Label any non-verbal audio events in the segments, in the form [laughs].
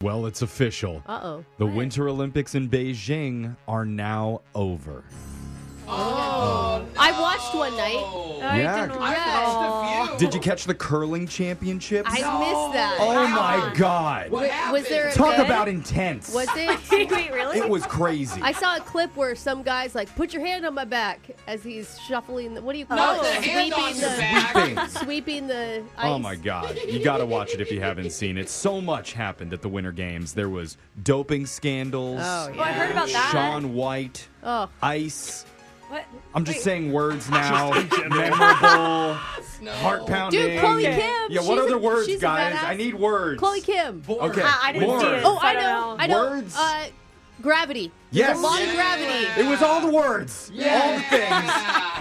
Well, it's official. Uh oh. The Winter Olympics in Beijing are now over. I watched one night. I Yeah. don't I know. Did you catch the curling championships? I missed that. oh my god. was there a Talk bid? about intense. Was it? [laughs] Wait, really? it was crazy. I saw a clip where some guy's like, "Put your hand on my back" as he's shuffling. The, what do you call Not it? the hand on sweeping your the back. Bing. sweeping the ice. Oh my God. You got to watch it if you haven't seen it. So much happened at the Winter Games. There was doping scandals. Oh, Oh, I heard about that. Sean White. Oh. Ice. What? I'm just Wait. saying words now. Memorable. [laughs] Heart pounding. Dude, Chloe Kim. Yeah, she's what a- other words, she's a guys? badass. I need words. Chloe Kim. Okay. I- I didn't more. see it. Oh, I I don't know. know. I know. Words? Uh, gravity. Yes. There's a lot of Yeah. gravity. It was all the words, all the things,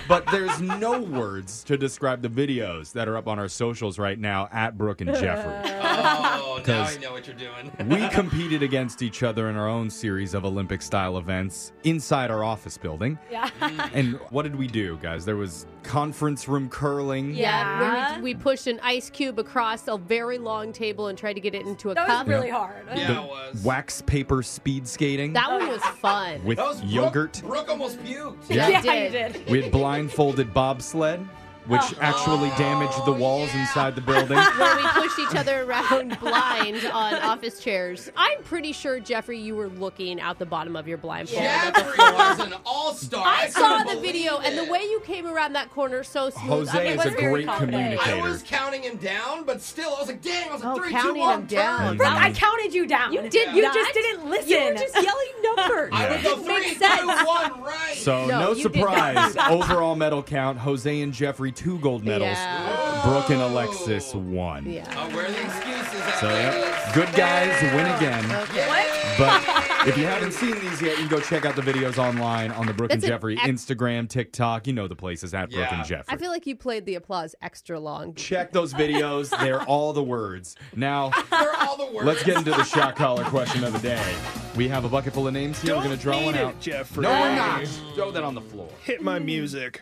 but there's no words to describe the videos that are up on our socials right now at Brooke and Jeffrey. Oh, now I Because- know what you're doing. We competed against each other in our own series of Olympic style events inside our office building. Yeah. And what did we do, guys? There was conference room curling. Yeah, Yeah. where we, we pushed an ice cube across a very long table and tried to get it into a That cup. was really hard. Yeah. The it was. wax paper speed skating That one was fun. with That was Brooke- yogurt. Brooke almost puked. Yeah. [laughs] Yeah, I you did. did. We had blindfolded bobsled, which Oh. actually damaged the walls inside the [laughs] building. where we pushed each other around blind on office chairs. I'm pretty sure, Jeffrey, you were looking out the bottom of your blindfold. Jeffrey was an all-star. I, saw couldn't the video, believe and the it. way you came around that corner so smooth. Jose I is mean, a was very great confident. I communicator. was counting him down, but still, I was like, dang, I was like, Oh, three, two, counting one, him turn. down. Brooke, I counted you down. You did You not. just didn't listen. You were just [laughs] yelling numbers. I would go It three, makes two, sense. one, right. So No, no, you did surprise. Overall medal count: Jose and Jeffrey two gold medals. Yeah. Brooke and Alexis one. yeah. Oh, where are the excuses at, So yeah, ladies? good guys win again. Okay. But if you haven't seen these yet, you can go check out the videos online on the Brooke and That's an Jeffrey ex- Instagram, TikTok. You know the places at Brooke Yeah. and Jeffrey. I feel like you played the applause extra long. check those videos. They're all the words. Now. They're all the worst. Let's get into the shot collar question of the day. We have a bucket full of names here. We're going to draw one need out. it, Jeffrey. No, we're not. Throw that on the floor. Hit my music.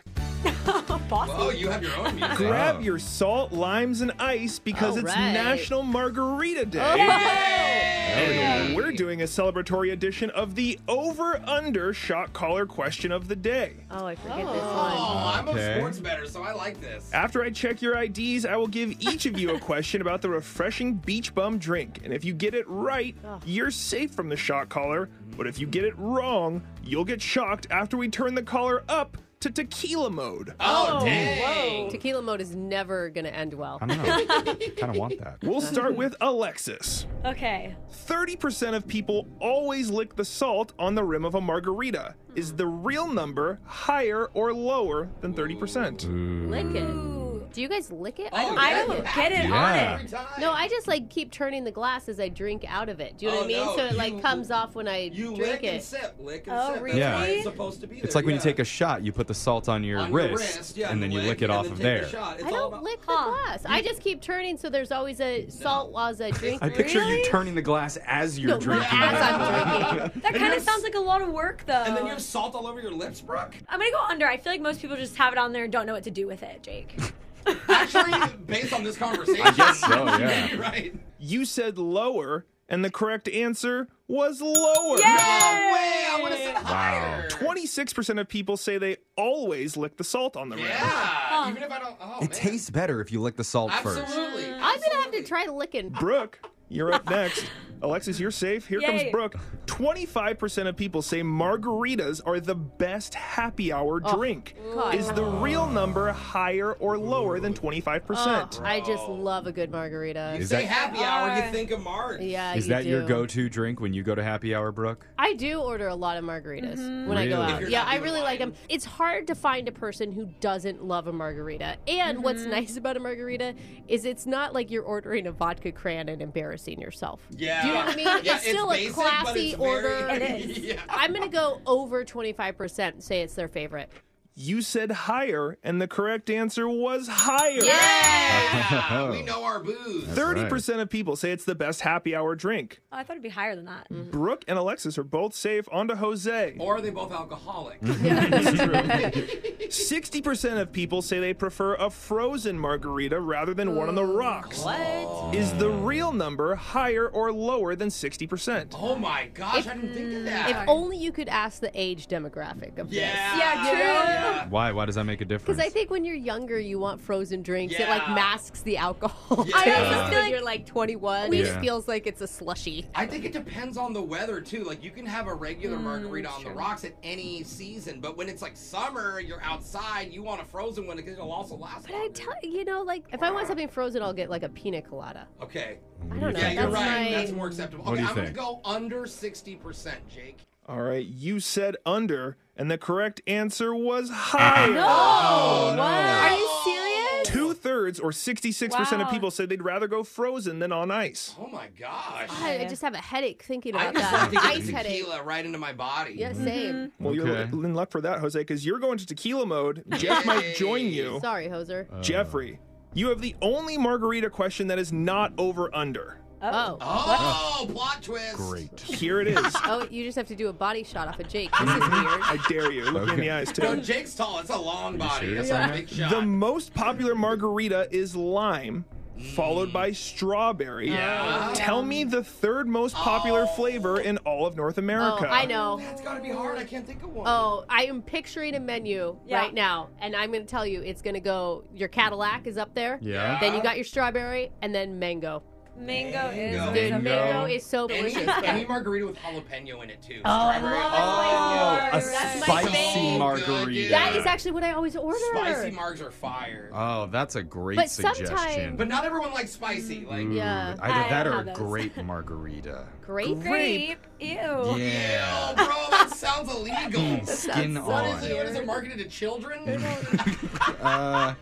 Oh, you have your own music. Grab Oh. your salt, limes, and ice because All it's right. National Margarita Day. And We're doing a celebratory edition of the over under shot caller question of the day. Oh, I forget this this one. one. Oh, I'm Okay. a sports better, so I like this. After I check your IDs, I will give each of you a question about the refreshing beach bum drink. And if you get it right, you're safe from the shot caller. But if you get it wrong, you'll get shocked after we turn the caller up to tequila mode. Oh, dang. Tequila mode is never going to end well. I don't know. I kind of want that. We'll start with Alexis. Okay. 30% of people always lick the salt on the rim of a margarita. Is the real number higher or lower than 30%? Lick it. Do you guys lick it? I Oh, don't yeah. I don't get it Yeah. on it. Every time. No, I just like keep turning the glass as I drink out of it. Do you know Oh, what I mean? no, so it like you- comes off when I You drink lick it. and sip, lick and Oh, sip. really? That's why Yeah. it's supposed to be there. It's like when you yeah. take a shot, you put the salt on your, On your wrist, yeah, and then you lick it and off then of take there. the shot. It's I all don't about- lick the Huh. glass. I just keep turning, so there's always a salt as I drink. I picture you turning the glass as you're No, drinking. as it. I'm drinking. That And kind you're of sounds like a lot of work, though. And then you have salt all over your lips, Brooke? I'm gonna go under. I feel like most people just have it on there and don't know what to do with it, Jake. Actually, [laughs] based on this conversation, I guess [laughs] so, yeah. right? You said lower, and the correct answer was lower. No way! I would have said higher. 26% of people say they always lick the salt on the rim. Yeah. Even if I don't. Oh, man. It tastes better if you lick the salt first. Absolutely. Mm. I'm gonna have to try licking. Brooke, you're up next. [laughs] Alexis, you're safe. Here comes Yay. Brooke. 25% of people say margaritas are the best happy hour drink. God. Is the real number higher or lower than 25%? Oh, I just love a good margarita. Is Say that happy hour, you think of March. yeah, is you that your do. go-to drink when you go to happy hour, Brooke? I do order a lot of margaritas when I go Really? If out. you're Yeah, not I doing really like wine. them. It's hard to find a person who doesn't love a margarita. And what's nice about a margarita is it's not like you're ordering a vodka cran and embarrassing yourself. Yeah. Do you know what I mean? [laughs] Yeah, it's still basic, a but classy [laughs] it's very- order. yeah. I'm going to go over 25%, say it's their favorite. You said higher, and the correct answer was higher. Yeah, we know our booze. 30% of people say it's the best happy hour drink. Oh, I thought it'd be higher than that. Brooke and Alexis are both safe. On to Jose. Or are they both alcoholic? Mm-hmm. 60% of people say they prefer a frozen margarita rather than one on the rocks. What? Is the real number higher or lower than 60%? oh my gosh, I didn't think of If that. only you could ask the age demographic of this. yeah. Yeah, true. Yeah. Why? Why does that make a difference? Because I think when you're younger, you want frozen drinks. It like Yeah. masks the alcohol. [laughs] I also taste. feel when like- you're like 21, We- it Yeah. feels like it's a slushy. I think it depends on the weather too. Like you can have a regular Hmm, margarita on the rocks at any season, but when it's like summer, you're outside, you want a frozen one because it'll also last. But I tell you know, like if I want something frozen, I'll get like a pina colada. Okay. What do I you don't know. Yeah, think? you're That's right. my- That's more acceptable. What Okay, do you I'm gonna think? go under sixty percent, Jake. All right, you said under, and the correct answer was higher. Are you serious? Two thirds or 66% of Wow. people said they'd rather go frozen than on ice. Oh my gosh. I I just have a headache thinking I about just that. started Ice thinking of headache. tequila Mm-hmm. right into my body. Yeah, same. Well, you're Okay. in luck for that, Jose, because you're going to tequila mode. Jeff might join you. Sorry, hoser. Uh. Jeffrey, you have the only margarita question that is not over under. oh. oh. Oh, plot twist. Great. Here it is. you just have to do a body shot off of Jake. This is weird. I dare you. Look me in Okay. the eyes, No, too. Jake's tall. It's a long body. That's a big shot. The most popular margarita is lime, followed by strawberry. Yeah. Tell me the third most popular flavor in all of North Oh, America. I know. That's gotta be hard. I can't think of one. Oh, I am picturing a menu Yeah. right now, and I'm going to tell you it's going to go. Your Cadillac is up there. Yeah. Then you got your strawberry, and then mango. Mango is. Mango. Dude, Mango. Oh. mango is so Any, delicious. any margarita with jalapeno in it too. Strawberry. Oh, a that's my spicy favorite. margarita. [laughs] that is actually what I always order. Spicy margs are fire. Oh, that's a great But suggestion. sometimes- but not everyone likes spicy. Like Ooh, Yeah. Either I that don't or a have those. great margarita. Grape. Grape. Oh, Ew. Ew, [laughs] oh, bro, that sounds illegal. Mm, Skin What is on. it? Mm. What is it marketed to children? [laughs] Uh,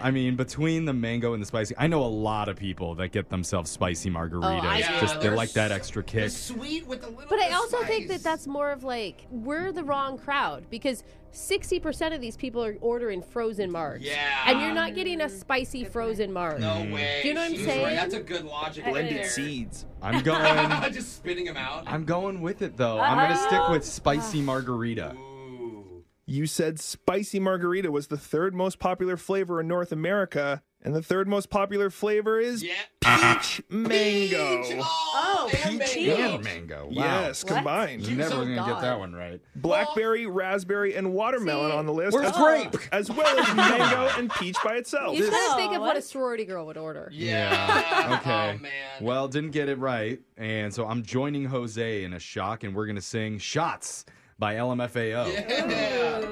I mean, between the mango and the spicy, I know a lot of people that get themselves spicy margaritas. I do. Just they Yeah, like that there's- extra The kick. sweet with a little. But I bit of also think that spice. that's more of like we're the wrong crowd because 60% of these people are ordering frozen margs. Yeah. And you're not getting a spicy frozen marg. No Mm. way. Do you know what I'm She was right. saying? That's a good logic. Blended there. seeds. I'm going. [laughs] Just spitting them out. I'm going with it though. I'm gonna stick with spicy margarita. Ooh. You said spicy margarita was the third most popular flavor in North America, and the third most popular flavor is Yeah. peach mango. Peach. Oh, and Peach mango. and mango. Wow. Yes, What? combined. You're never so gonna get God. that one right. Blackberry, raspberry, and watermelon See, on the list. Where's as- grape? As well as mango and peach by itself. You try to This- think of Oh, what a what? sorority girl would order. Yeah. Okay. [laughs] Oh man. Well, didn't get it right, and so I'm joining Jose in a shock, and we're gonna sing "Shots" by LMFAO. Yeah.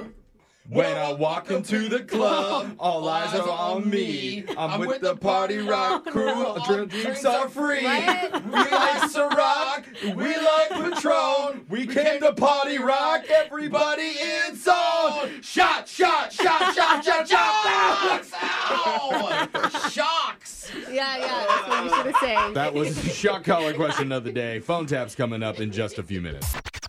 When I walk into the club, all eyes are on me. I'm with the party rock crew. Dr- Drinks are free. We like Ciroc. We like Patron. We came to party rock. Everybody in zone. Shot, shot, shot, shot, shot, shot, shocks! Ow! Shocks! Yeah, yeah, that's what you should have said. That was the shock collar question of the day. Phone tap's coming up in just a few minutes.